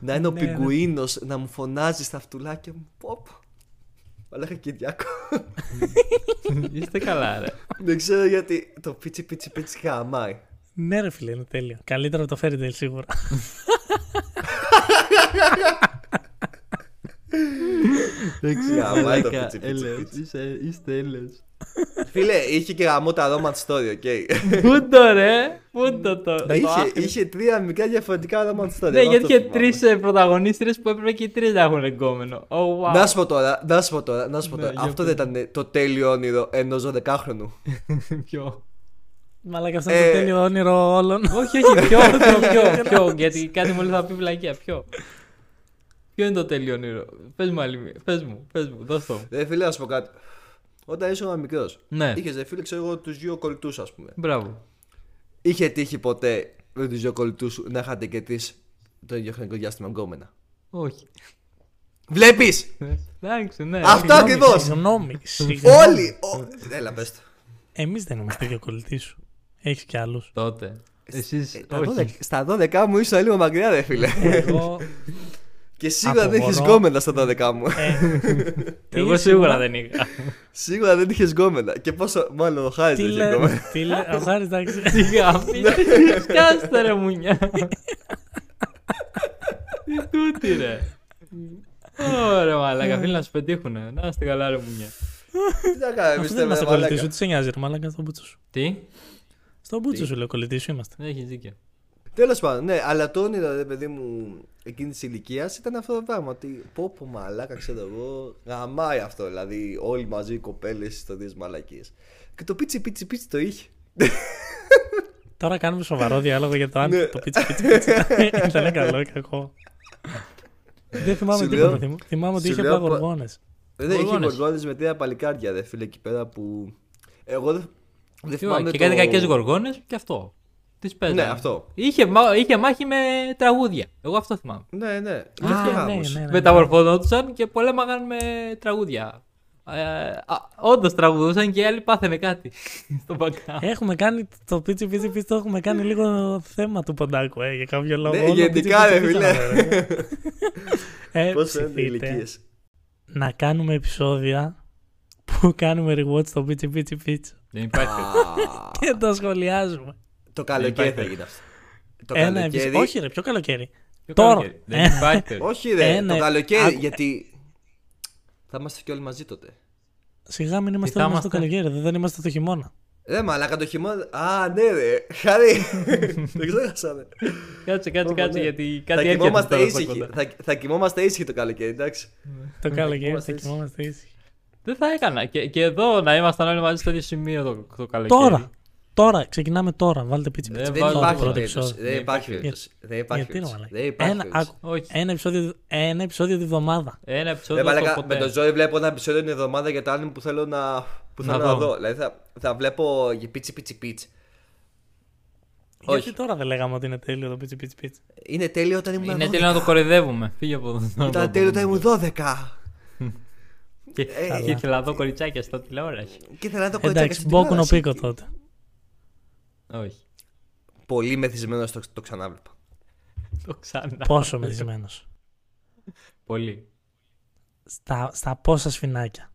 Να είναι ο Ναι, ναι. πιγκουίνος να μου φωνάζει στα φτουλάκια μου. Ποπ. Αλλά Κυριάκο. Είστε καλά, ρε. Δεν ξέρω γιατί το πίτσι πίτσι πίτσι χαμάει. Ναι, ρε φίλε, είναι τέλειο. Καλύτερο από το Fairy Tail σίγουρα. Χαμάει το Μαλάκα, πίτσι πίτσι έλεος, πίτσι. είσαι- Είστε έλεος. Φίλε, είχε και γαμό τα romance story, οκ. Πού το ρε, πού το το. το Είχε, άκρη. είχε τρία μικρά διαφορετικά romance story. Ναι, εγώ γιατί αυτό είχε θυμάμαι. τρεις πρωταγωνίστρε που έπρεπε και οι τρεις να έχουν εγκόμενο. Oh, wow. Να σου πω τώρα, να σου πω τώρα, να σου πω Ναι, τώρα. για Αυτό δεν ήταν το τέλειο όνειρο ενός 12χρονου. Ποιο. Μαλάκα, αυτό είναι το Ε. τέλειο όνειρο όλων. Όχι, όχι, ποιο, ποιο, ποιο, ποιο, γιατί κάτι μου λέει θα πει βλακία, ποιο. Ποιο είναι το τέλειο όνειρο. Πες μου άλλη μία, πες μου, πες μου, δώσ' το μου. Ρε Ε, φίλε, να σου πω κάτι. Όταν ήσουν μικρός, Ναι. είχες ρε φίλε, ξέρω εγώ, τους δύο κολλητούς, ας πούμε. Μπράβο. Είχε τύχει ποτέ με τους δύο κολλητούς σου να είχατε και τις το ίδιο χρονικό διάστημα γκόμενα. Όχι. Βλέπεις! Εντάξει, ναι. Αυτό Συγγνώμη. ακριβώς. Συγγνώμη. Όλοι! ο- Ναι. Έλα, πες το. Εμείς δεν είμαστε διακολλητή σου. Έχεις κι άλλους. Τότε. Ε, Εσείς, Τα όχι. 12 Στα 12 μου ήσουν λίγο μακριά, ρε φίλε. Εγώ, Και σίγουρα δεν είχες Απογορώ. γκόμενα στα 12 μου. Ε. εγώ σίγουρα δεν είχα. Σίγουρα δεν είχες γκόμενα. Και πόσο μάλλον ο Χάρης Τι δεν είχε λέ, γκόμενα. τι λέ, ο Χάρης, εντάξει. Τι γάμι, Ναι. σκάστε ρε μουνιά. Τι τούτη ρε. Ωραία Ναι. μαλάκα, φίλοι να σου πετύχουνε. Να είστε καλά ρε μουνιά. Τι να κάνουμε, Αυτό δεν είμαστε κολλητή πιστεύω, σου. μαλάκα. Τι σε νοιάζει, ρε Μαλάκα, στον μπούτσο σου. Τι, Στον μπούτσο σου, λέω, κολλητή σου είμαστε. δεν έχει δίκιο. Τέλος πάντων, ναι, αλλά το όνειρο, ρε παιδί μου, εκείνης της ηλικίας ήταν αυτό το πράγμα. Ότι πω πω μαλάκα, ξέρω εγώ, γαμάει αυτό. Δηλαδή, όλοι μαζί οι κοπέλες στο δύο μαλακίες. Και το πίτσι πίτσι πίτσι το είχε. Τώρα κάνουμε σοβαρό διάλογο για το αν Ναι. το πίτσι πίτσι πίτσι ήταν- ήταν καλό ή κακό. Δεν θυμάμαι Σου τίποτα. λέω- θυμ- Θυμάμαι ότι σου είχε λέω απλά πα- γοργόνες. Δεν είχε Γοργόνες. γοργόνες με τρία παλικάρια, δε φίλε εκεί πέρα που. Εγώ δεν. Δεν Τι ωραία, θυμάμαι και κάτι το- κακές γοργόνες και αυτό. Τι παίζανε. Ναι, αυτό. Είχε, μα- είχε μάχη με τραγούδια. Εγώ αυτό θυμάμαι. Ναι, ναι. Α, Γι' αυτό ναι, γάμος. ναι, ναι. Μεταμορφωνόντουσαν και πολέμαγαν με τραγούδια. Ε, Όντως τραγουδούσαν και οι άλλοι πάθαινε κάτι στο background. Έχουμε κάνει το πίτσι πίτσι πίτσι, το έχουμε κάνει λίγο θέμα του ποντάκου, ε, για κάποιο λόγο. Ναι, Όλο γενικά, πίτσι, πίτσι, ρε, πίτσι φίλε. να λέμε, ε. Ε, Πώς είναι οι ψηθείτε ηλικίες. να κάνουμε επεισόδια που κάνουμε rewatch στο πίτσι πίτσι πίτσι Δεν υπάρχει. Ε, και τα σχολιάζουμε. Το καλοκαίρι υπάρχει. θα γίνει αυτό. Το Ένα επεισόδιο. Όχι, ρε, πιο καλοκαίρι. Ποιο Τώρα. καλοκαίρι. Δεν υπάρχει. Όχι, ρε, Ένα- το καλοκαίρι, Άκου- γιατί. Θα είμαστε και όλοι μαζί τότε. Σιγά μην είμαστε θα όλοι μας το είμαστε. καλοκαίρι, δεν είμαστε το χειμώνα. Ρε μαλάκα το χειμώνα. Α, ναι, ρε. Χάρη. Δεν ξέχασα, ρε. Κάτσε, κάτσε, Ωπα, κάτσε, ναι. γιατί Θα κάτι έρχεται κοιμόμαστε τώρα στα ήσυχοι. κοντά. Θα, θα κοιμόμαστε ήσυχοι το καλοκαίρι, εντάξει. Το καλοκαίρι θα κοιμόμαστε ήσυχοι. κοιμόμαστε ήσυχοι. Δεν θα έκανα. Και, και εδώ να ήμασταν όλοι μαζί στο ίδιο σημείο το, το καλοκαίρι. Τώρα! Τώρα! Ξεκινάμε τώρα. Βάλτε πίτσι Ναι, πίτσι. βάλτε Δεν τώρα, Ε, υπάρχει πρώτο περίπτωση. επεισόδιο. Δεν υπάρχει Γιατί- περίπτωση. Δεν υπάρχει Γιατί ρε περίπτωση. μαλάκα. Δεν υπάρχει Ένα- περίπτωση. άκου, Όχι. ένα επεισόδιο, ένα επεισόδιο τη βδομάδα. Ένα Ρε επεισόδιο Ε, μαλάκα, το με ποτέ. το ζόρι βλέπω ένα επεισόδιο την εβδομάδα για το anime που θέλω να, που Να θέλω να δω. δω. Δηλαδή θα, θα βλέπω για πίτσι πίτσι πίτσι. Όχι. Γιατί τώρα δεν λέγαμε ότι είναι τέλειο το πίτσι πίτσι πίτσι. Είναι τέλειο όταν ήμουν Είναι 12. τέλειο να το κορυδεύουμε. Φύγε από εδώ. Να το Ήταν τέλειο όταν πούμε. ήμουν 12. Και- Ε, και Ήθελα να δω κοριτσάκια στο τηλεόραση. Και ήθελα να το κοριτσάκι Εντάξει, στην μπόκουνο τηλεόραση. πίκο τότε. Όχι. Πολύ μεθυσμένος το, το ξανάβλεπα. Το ξανά. Πόσο μεθυσμένος. Πολύ. Στα, στα πόσα σφινάκια.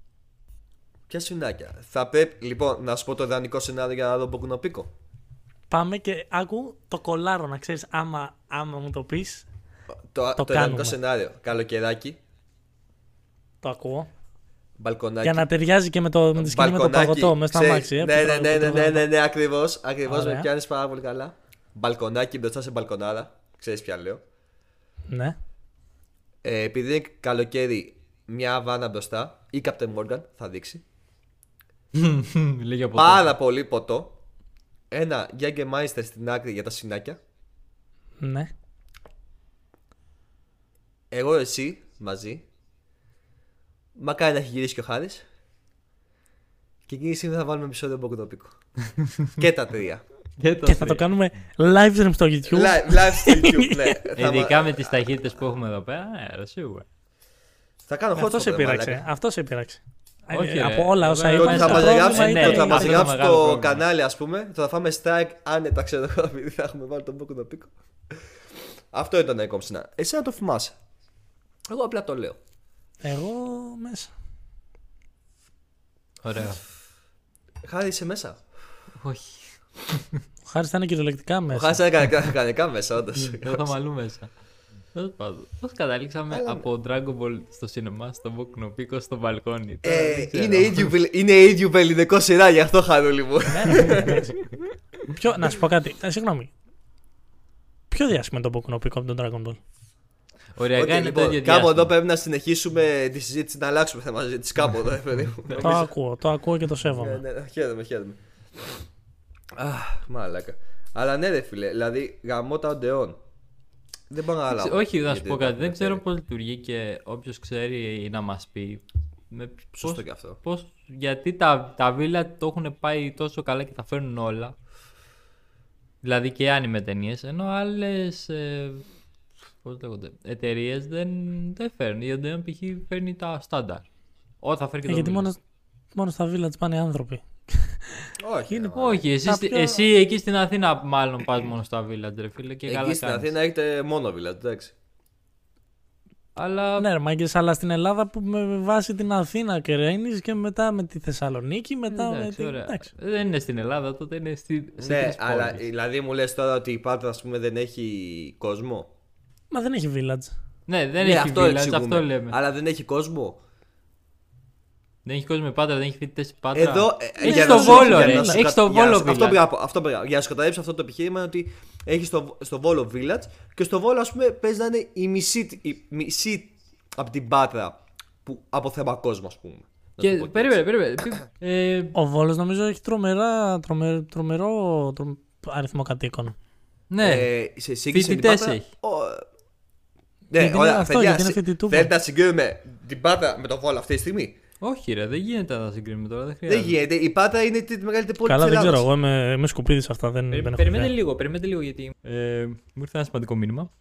Ποια σφινάκια. Θα πρέπει, λοιπόν, να σου πω το ιδανικό σενάριο για να δω μπόκουνο πίκο. Πάμε και άκου το κολάρο να ξέρεις άμα, άμα μου το πεις. Το, το, κάνουμε. ιδανικό σενάριο. Καλοκαιράκι, Το ακούω. μπαλκονάκι. Για να ταιριάζει και με, το, με τη σκηνή με το Μπαλκονάκι, παγωτό μέσα στα ξέρεις. μάξι. Ε, ναι, που ναι, τραγουδάει το ναι, ναι, ναι, ναι, τραγούδι. ναι, ακριβώς. Ακριβώς Ωραία. με πιάνεις πάρα πολύ καλά. Μπαλκονάκι μπροστά σε μπαλκονάδα. Ξέρεις ποια λέω. Ναι. Ε, επειδή είναι καλοκαίρι, μια βάνα μπροστά ή Captain Morgan θα δείξει. Λίγα από πάρα πολύ ποτό. Ένα Jägermeister στην άκρη για τα σινάκια. ναι. Εγώ εσύ μαζί. Μακάρι να έχει γυρίσει και ο Χάρης. Και εκείνη τη στιγμή θα βάλουμε επεισόδιο Μποκουτοπίκο. και τα τρία. Και θα το κάνουμε live stream στο YouTube. live, live στο YouTube, ναι. θα, Ειδικά με τις ταχύτητες που έχουμε εδώ πέρα, ναι, ρε, σίγουρα. θα κάνω hot Αυτό shot, σε ρε, πείραξε. μαλάκα. Αυτό σε πείραξε. Όχι, Ε, ρε. Από όλα όσα Βέβαια, Το είπα. ότι θα το μας πρόβλημα γράψει είναι- το, ότι θα αυτό μας είναι το γράψει μεγάλο το πρόβλημα. κανάλι, ας πούμε, το θα φάμε strike άνετα, ξέρω εγώ, επειδή θα έχουμε βάλει τον Μποκουτοπίκο. Αυτό ήταν το κόμψι να. Εσύ να το θυμάσαι. Εγώ απλά το λέω. Εγώ μέσα. Ωραία. Χάρη είσαι μέσα. Όχι. Ο Χάρης ήταν κυριολεκτικά Ο μέσα. Χάρης ήταν κανονικά- κανονικά μέσα, όντως. Δεν θα μαλλού μέσα. Πώς καταλήξαμε ναι. από Dragon Ball στο σινεμά, στο Μπόκνο Πίκο, στο μπαλκόνι. Τώρα Ε, δεν ξέρω. Ε, Είναι ίδιο βελ- είναι ίδιο βεληνικό σειρά, γι' αυτό χαρούλη μου. Ναι, Ποιο, να σου πω κάτι. Ε, συγγνώμη. Πιο διάσημο είναι το Boku no Pico από τον Dragon Ball. Οριακά Ότι, είναι το ίδιο λοιπόν, κάπου εδώ διάστημα. πρέπει να συνεχίσουμε τη συζήτηση, να αλλάξουμε θέμα συζήτηση κάπου εδώ, ε, παιδί μου. Ναι, το ακούω, το ακούω και το Ναι, σέβομαι. ναι, ναι, χαίρομαι, χαίρομαι. Αχ, μαλάκα. Αλλά ναι, ρε φίλε, δηλαδή γαμώ τα οντεών. Δεν πάω να αλλάξω. Όχι, να σου πω κάτι. Δεν ξέρω πώς λειτουργεί και όποιος ξέρει να μας πει. Με π- Σωστό πώς- κι αυτό. πώς- γιατί τα, τα βίλα το έχουν πάει τόσο καλά και τα φέρνουν όλα. Δηλαδή και άνιμε ταινίες. Ενώ άλλες. Ε, Πώς λέγονται. Εταιρείες δεν, δεν φέρνουν. Η Odeon π.χ. φέρνει τα στάνταρ. Ό, θα φέρει και Ε, το γιατί Village. μόνος, μόνος στα village πάνε άνθρωποι. Όχι. ρε, μαλάκα. Όχι, εσύ, Τα στη- πιο- εσύ εκεί στην Αθήνα μάλλον πας μόνος στα Village, ρε φίλε, και καλά Εκεί στην κάνεις. Αθήνα έχετε μόνο village, εντάξει. Αλλά ναι, ρε μάγκες, αλλά στην Ελλάδα που με βάση την Αθήνα κραίνει και μετά με τη Θεσσαλονίκη, μετά με εντάξει, την. ωραία. Εντάξει. Δεν είναι στην Ελλάδα, τότε είναι στη, σε Ναι, τρεις αλλά πόλεις. δηλαδή μου λες τώρα ότι η Πάτρα, ας πούμε, δεν έχει κόσμο. Μα δεν έχει village. Ναι, δεν Ναι, έχει Village, εξηγούμε. αυτό λέμε. Αλλά δεν έχει κόσμο. Δεν έχει κόσμο με πάτρα, δεν έχει φοιτητές στη πάτρα. Εδώ, ε, Έχεις για το να σου- Βόλο, για να ρε. σου Έχεις κα- το για να Βόλο σου- Αυτό Village. πήγα, από- αυτό πήγα. Για να σκοταλέψει αυτό το επιχείρημα είναι ότι έχει στο, στο Βόλο Village και στο Βόλο, ας πούμε, παίζει να είναι η μισή, η μισή από την πάτρα που, από θέμα κόσμο, ας πούμε. Να Και το πω έτσι. περίμενε, περίμενε. Τι- ε, Ο Βόλος νομίζω έχει τρομερά, τρομε- τρομερό τρο- αριθμό κατοίκων. ναι, Ε, σε σύγκριση με την Φοιτητές Πάτρα, έχει. ο- Γιατί Ναι, είναι ωραία, αυτό, παιδιά, γιατί είναι συ- φοιτητούπολη. θέλετε να συγκρίνουμε την Πάτρα με το Βόλο αυτή τη στιγμή. όχι ρε, δεν γίνεται να τα συγκρίνουμε τώρα, δεν Δεν χρειάζεται. γίνεται. Η Πάτρα είναι η τρίτη μεγαλύτερη πόλη Καλά, της δεν ξέρω. Ελλάδας. Εγώ είμαι, είμαι σκουπίδι σε αυτά. Δεν, Περι- δεν έχω Ε, περιμένετε ιδέα. λίγο, περιμένετε λίγο γιατί ε, μου ήρθε ένα σημαντικό μήνυμα.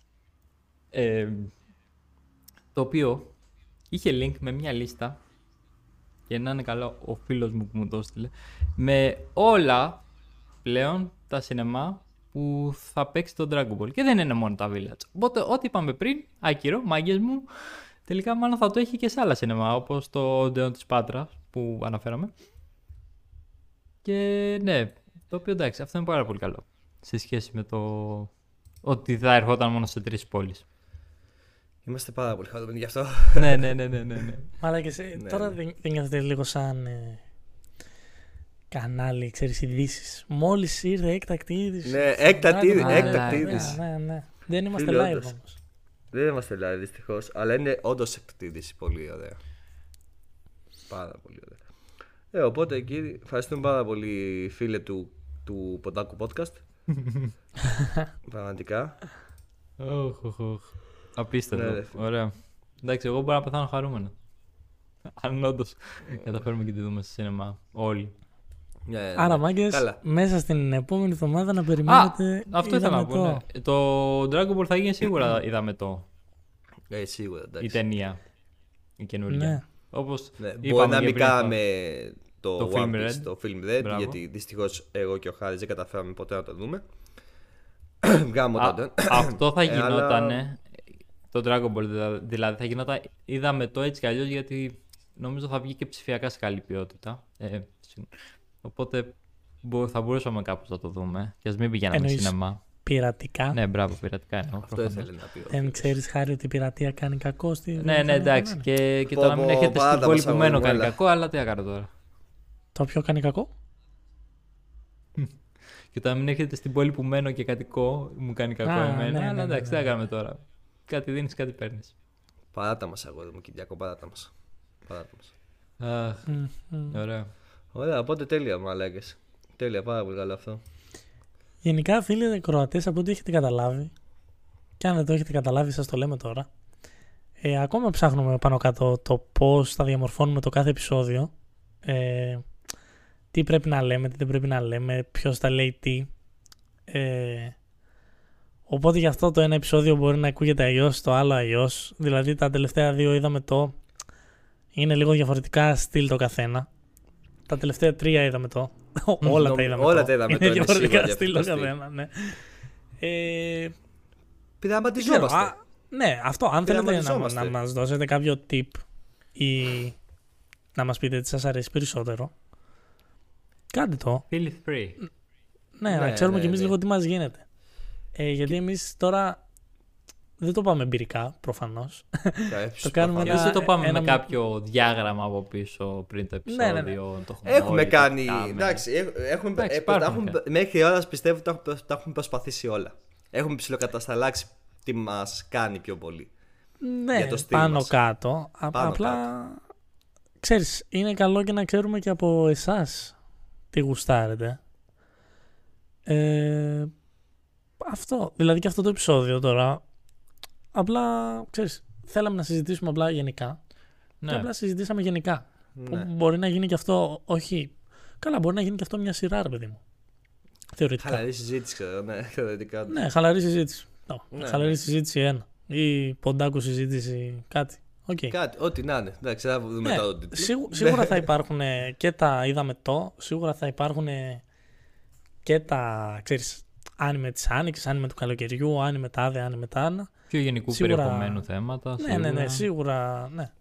Ε, το οποίο είχε link με μια λίστα και να είναι καλά ο φίλος μου που μου το έστειλε με όλα πλέον τα σινεμά που θα παίξει το Dragon Ball και δεν είναι μόνο τα Village. Οπότε ό,τι είπαμε πριν, άκυρο, μάγκες μου, τελικά μάλλον θα το έχει και σε άλλα σινεμά όπως το Odeon της Πάτρας που αναφέραμε. Και ναι, το οποίο εντάξει, αυτό είναι πάρα πολύ καλό. Σε σχέση με το ότι θα ερχόταν μόνο σε τρεις πόλεις. Είμαστε πάρα πολύ χαρούμενοι γι' αυτό. ναι, ναι, ναι, ναι, ναι, ναι. Μαλά και σε, τώρα δεν, δεν νιώθετε λίγο σαν. ε, κανάλι, ξέρεις, ειδήσεις. Μόλις ήρθε έκτακτη είδηση. Ναι, έκτακτη είδη- Μαλάκα, έκτακτη ναι, είδηση. Ναι, ναι. Δεν είμαστε Φίλε, live όντως. όμως. Δεν είμαστε live δυστυχώς, αλλά είναι όντως εκτακτή είδηση. Πολύ ωραία. Πάρα πολύ ωραία. Ε, οπότε εκεί ευχαριστούμε πάρα πολύ φίλε του, του Ποντάκου Podcast. Πραγματικά. Οχ, οχ, οχ. Ναι, ρε, Απίστευτο. φίλε. Ωραία. Εντάξει, εγώ μπορώ να πεθάνω χαρούμενο. Αν όντως Ε. καταφέρουμε και τη δούμε στο σινεμά. Όλοι. Ναι, ναι, Άρα, ναι. μάγκες, Καλά. μέσα στην επόμενη εβδομάδα να Α, περιμένετε. αυτό ήθελα να είδαμε πω. το. ναι. Το Dragon Ball θα γίνει Ναι. σίγουρα είδαμε το. Ε, σίγουρα εντάξει. Η ταινία. Η Ναι. καινούργια. Όπως. Ναι, μπορεί να μην κάναμε το, Το One Film Piece, Red. το Film Red, Μπράβο. γιατί δυστυχώς εγώ και ο Χάρης δεν καταφέραμε ποτέ να το δούμε. Γάμο τότε. Αυτό θα Ε, αλλά- γινόταν. Το Dragon Ball δηλα- δηλαδή θα γινόταν. Είδαμε το έτσι κι αλλιώς γιατί νομίζω θα βγει και ψηφιακά σε καλή ποιότητα. Ε, συν- οπότε μπο- θα μπορούσαμε κάπως να το δούμε. Και ας μην πηγαίναμε Εννοείς- σινεμά. Πειρατικά. Ναι, μπράβο, πειρατικά εννοώ. Αυτό προφανώς. ήθελε να πει. ο Δεν φίλος. ξέρει, Χάρη, ότι η πειρατεία κάνει κακό στη. Ναι, βιομηχανία ναι, που εντάξει. κάνει. Και, και Πω, το να μην πω, έχετε πάντα στην μας πόλη που μένω αγωνιζόμουν, κάνει έλα. κακό, αλλά τι να κάνω τώρα. Το πιο κάνει κακό. Και το να μην έχετε στην πόλη που μένω και κατοικώ μου κάνει κακό Α, ναι, εμένα. ναι, ναι, αλλά εντάξει, ναι. τι να κάνουμε τώρα. Κάτι δίνεις, κάτι παίρνεις. Παράτα μας, αγόρι μου, Κυριακό, παράτα μας. Παράτα μας. Αχ, ωραία. Ωραία, οπότε τέλεια, μαλάκες. Τέλεια, πάρα πολύ καλό αυτό. Γενικά, φίλοι Κροατέ, από ό,τι έχετε καταλάβει, και αν δεν το έχετε καταλάβει, σας το λέμε τώρα. Ε, ακόμα ψάχνουμε πάνω κάτω το πώς θα διαμορφώνουμε το κάθε επεισόδιο. Ε, τι πρέπει να λέμε, τι δεν πρέπει να λέμε, ποιος θα λέει τι. Ε, οπότε γι' αυτό το ένα επεισόδιο μπορεί να ακούγεται αλλιώς, το άλλο αλλιώς. Δηλαδή τα τελευταία δύο είδαμε το. Είναι λίγο διαφορετικά στυλ το καθένα. Τα τελευταία τρία είδαμε το. όλα τα Νομι- είδαμε όλα το. τα είδαμε το, Είναι είναι διαφορετικά σίγουρα στυλ το διαφορετικό στυλ. καθένα, ναι. Ε, ξέρω, Πειραματιζόμαστε. α, ναι, αυτό. Αν θέλετε να, Πειραματιζόμαστε. να μας δώσετε κάποιο tip ή να μας πείτε τι σας αρέσει περισσότερο, κάντε το. Feel free. Ναι, να Ναι, ξέρουμε ναι, κι εμείς ναι. λίγο τι μας γίνεται. Ε, γιατί εμείς τώρα δεν το πάμε εμπειρικά, προφανώς. Ε, το κάνουμε Και προφανώς. ένα- ούτε το πάμε ένα- με κάποιο διάγραμμα από πίσω πριν το Ναι, ναι, ναι. επεισόδιο. Το έχουμε Έχουμε όλοι, το κάνει. κοιτάμε. Εντάξει, έχ- έχουμε, Εντάξει, ε, υπάρχουν τα έχουμε- κάτι. μέχρι ώρας πιστεύω τα έχουμε, τα έχουμε προσπαθήσει όλα. Έχουμε ψηλοκατασταλάξει τι μας κάνει πιο πολύ. Ναι, για το στυλ πάνω μας. κάτω. Α- Πάνω απλά, ξέρεις, είναι καλό και να ξέρουμε και από εσάς τι γουστάρετε. Ε, αυτό, δηλαδή και αυτό το επεισόδιο τώρα, απλά, ξέρεις, θέλαμε να συζητήσουμε απλά γενικά και Ναι. απλά συζητήσαμε γενικά. Που Ναι. μπορεί να γίνει και αυτό, όχι, καλά, μπορεί να γίνει και αυτό μια σειρά, ρε παιδί μου. Θεωρητικά. Χαλαρή συζήτηση, ξέρω, ναι, θεωρητικά. Ναι, χαλαρή συζήτηση. Ναι, Ναι, χαλαρή ναι. συζήτηση ένα. Ή ποντάκου συζήτηση, κάτι. Οκ. Κάτι, ό,τι να είναι. Εντάξει, θα δούμε Ναι, τώρα τον τίτλο. σίγου- Ναι. σίγουρα θα υπάρχουν ε, και τα είδαμε το, σίγουρα θα υπάρχουν ε, και τα, ξέρεις, άνιμε της Άνοιξης, άνιμε του καλοκαιριού, άνιμε τα άδε, άνιμε τα άνα. Πιο γενικού Σίγουρα- περιεχομένου θέματα. Ναι, ναι, ναι, σίγουρα. σίγουρα, ναι.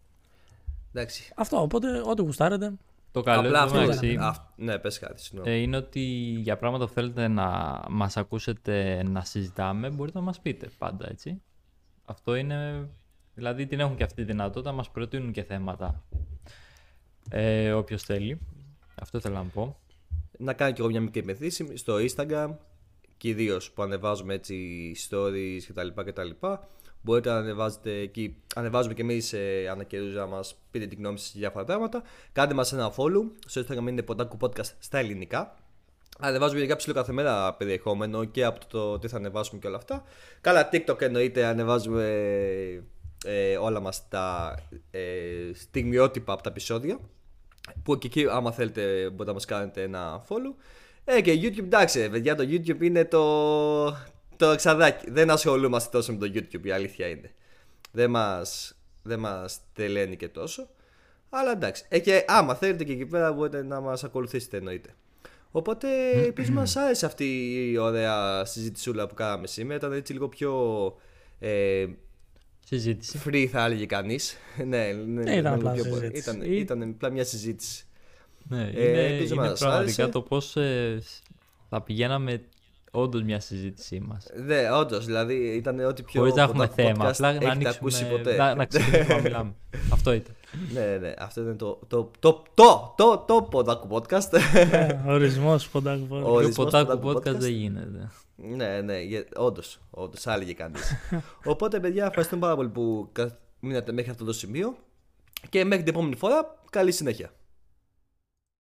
Εντάξει. Αυτό, οπότε ό,τι γουστάρετε, Το καλό Απλά αυτό. εντάξει, αυ- Ναι, πες κάτι, συγγνώμη. ε, είναι ότι για πράγματα που θέλετε να μας ακούσετε να συζητάμε, μπορείτε να μας πείτε πάντα, έτσι. Αυτό είναι... Δηλαδή την έχουν και αυτή τη δυνατότητα, μας προτείνουν και θέματα. Ε, όποιος θέλει. Αυτό θέλω να πω. να κάνω κι εγώ μια μικρή μεθύση στο Instagram, κυρίω που ανεβάζουμε έτσι stories κτλ. κτλ. Μπορείτε να ανεβάζετε εκεί, ανεβάζουμε κι εμείς ε, ανά καιρούς να μας πείτε την γνώμη σας για διάφορα πράγματα. Κάντε μας ένα follow. Στο Instagram είναι ποντάκου podcast στα ελληνικά. Ανεβάζουμε γενικά ψηλό κάθε μέρα περιεχόμενο και από το τι θα ανεβάσουμε και όλα αυτά. Καλά, TikTok εννοείται, ανεβάζουμε ε, όλα μας τα ε, στιγμιότυπα από τα επεισόδια. Που και εκεί, άμα θέλετε, μπορείτε να μας κάνετε ένα follow. Ε, και YouTube, εντάξει, ρε παιδιά, το YouTube είναι το, το εξαδάκι. Δεν ασχολούμαστε τόσο με το YouTube, η αλήθεια είναι. Δεν μας, δεν μας τελένει και τόσο. Αλλά εντάξει. Ε, και άμα θέλετε και εκεί πέρα μπορείτε να μας ακολουθήσετε εννοείται. Οπότε επίσης μας άρεσε αυτή η ωραία συζητησούλα που κάναμε σήμερα. Ήταν έτσι λίγο πιο ε, Συζήτηση. free θα έλεγε κανείς. ναι, ναι, Ε, ήταν λίγο απλά πιο πολύ. συζήτηση. Ήταν, Ή- ήταν απλά μια συζήτηση. Ναι, Ε, είναι, ελπίζω είναι να σας πραγματικά άρεσε. το πώς θα ε, πηγαίναμε όντως μια συζήτησή μας. Ναι, όντως. Δηλαδή ήταν ό,τι πιο. Χωρίς να έχουμε ποτά- θέμα. podcast Απλά να έχετε ακούσει ανοίξουμε. ποτέ. Να, να ξεκινήσουμε να μιλάμε. Αυτό ήταν. Ναι, ναι, ναι. Αυτό ήταν το. Το. Το. Το. Το. Το. Ποντάκου podcast. Ε, Ορισμός ποντάκου πόντου. Πιο Ορισμός ποτάκου Ποντάκου podcast podcast. δεν γίνεται. Ναι, ναι, όντως. Όντως, άλληγε κανείς. Οπότε, παιδιά, ευχαριστούμε πάρα πολύ που κα- μείνατε μέχρι αυτό το σημείο. Και μέχρι την επόμενη φορά, καλή συνέχεια.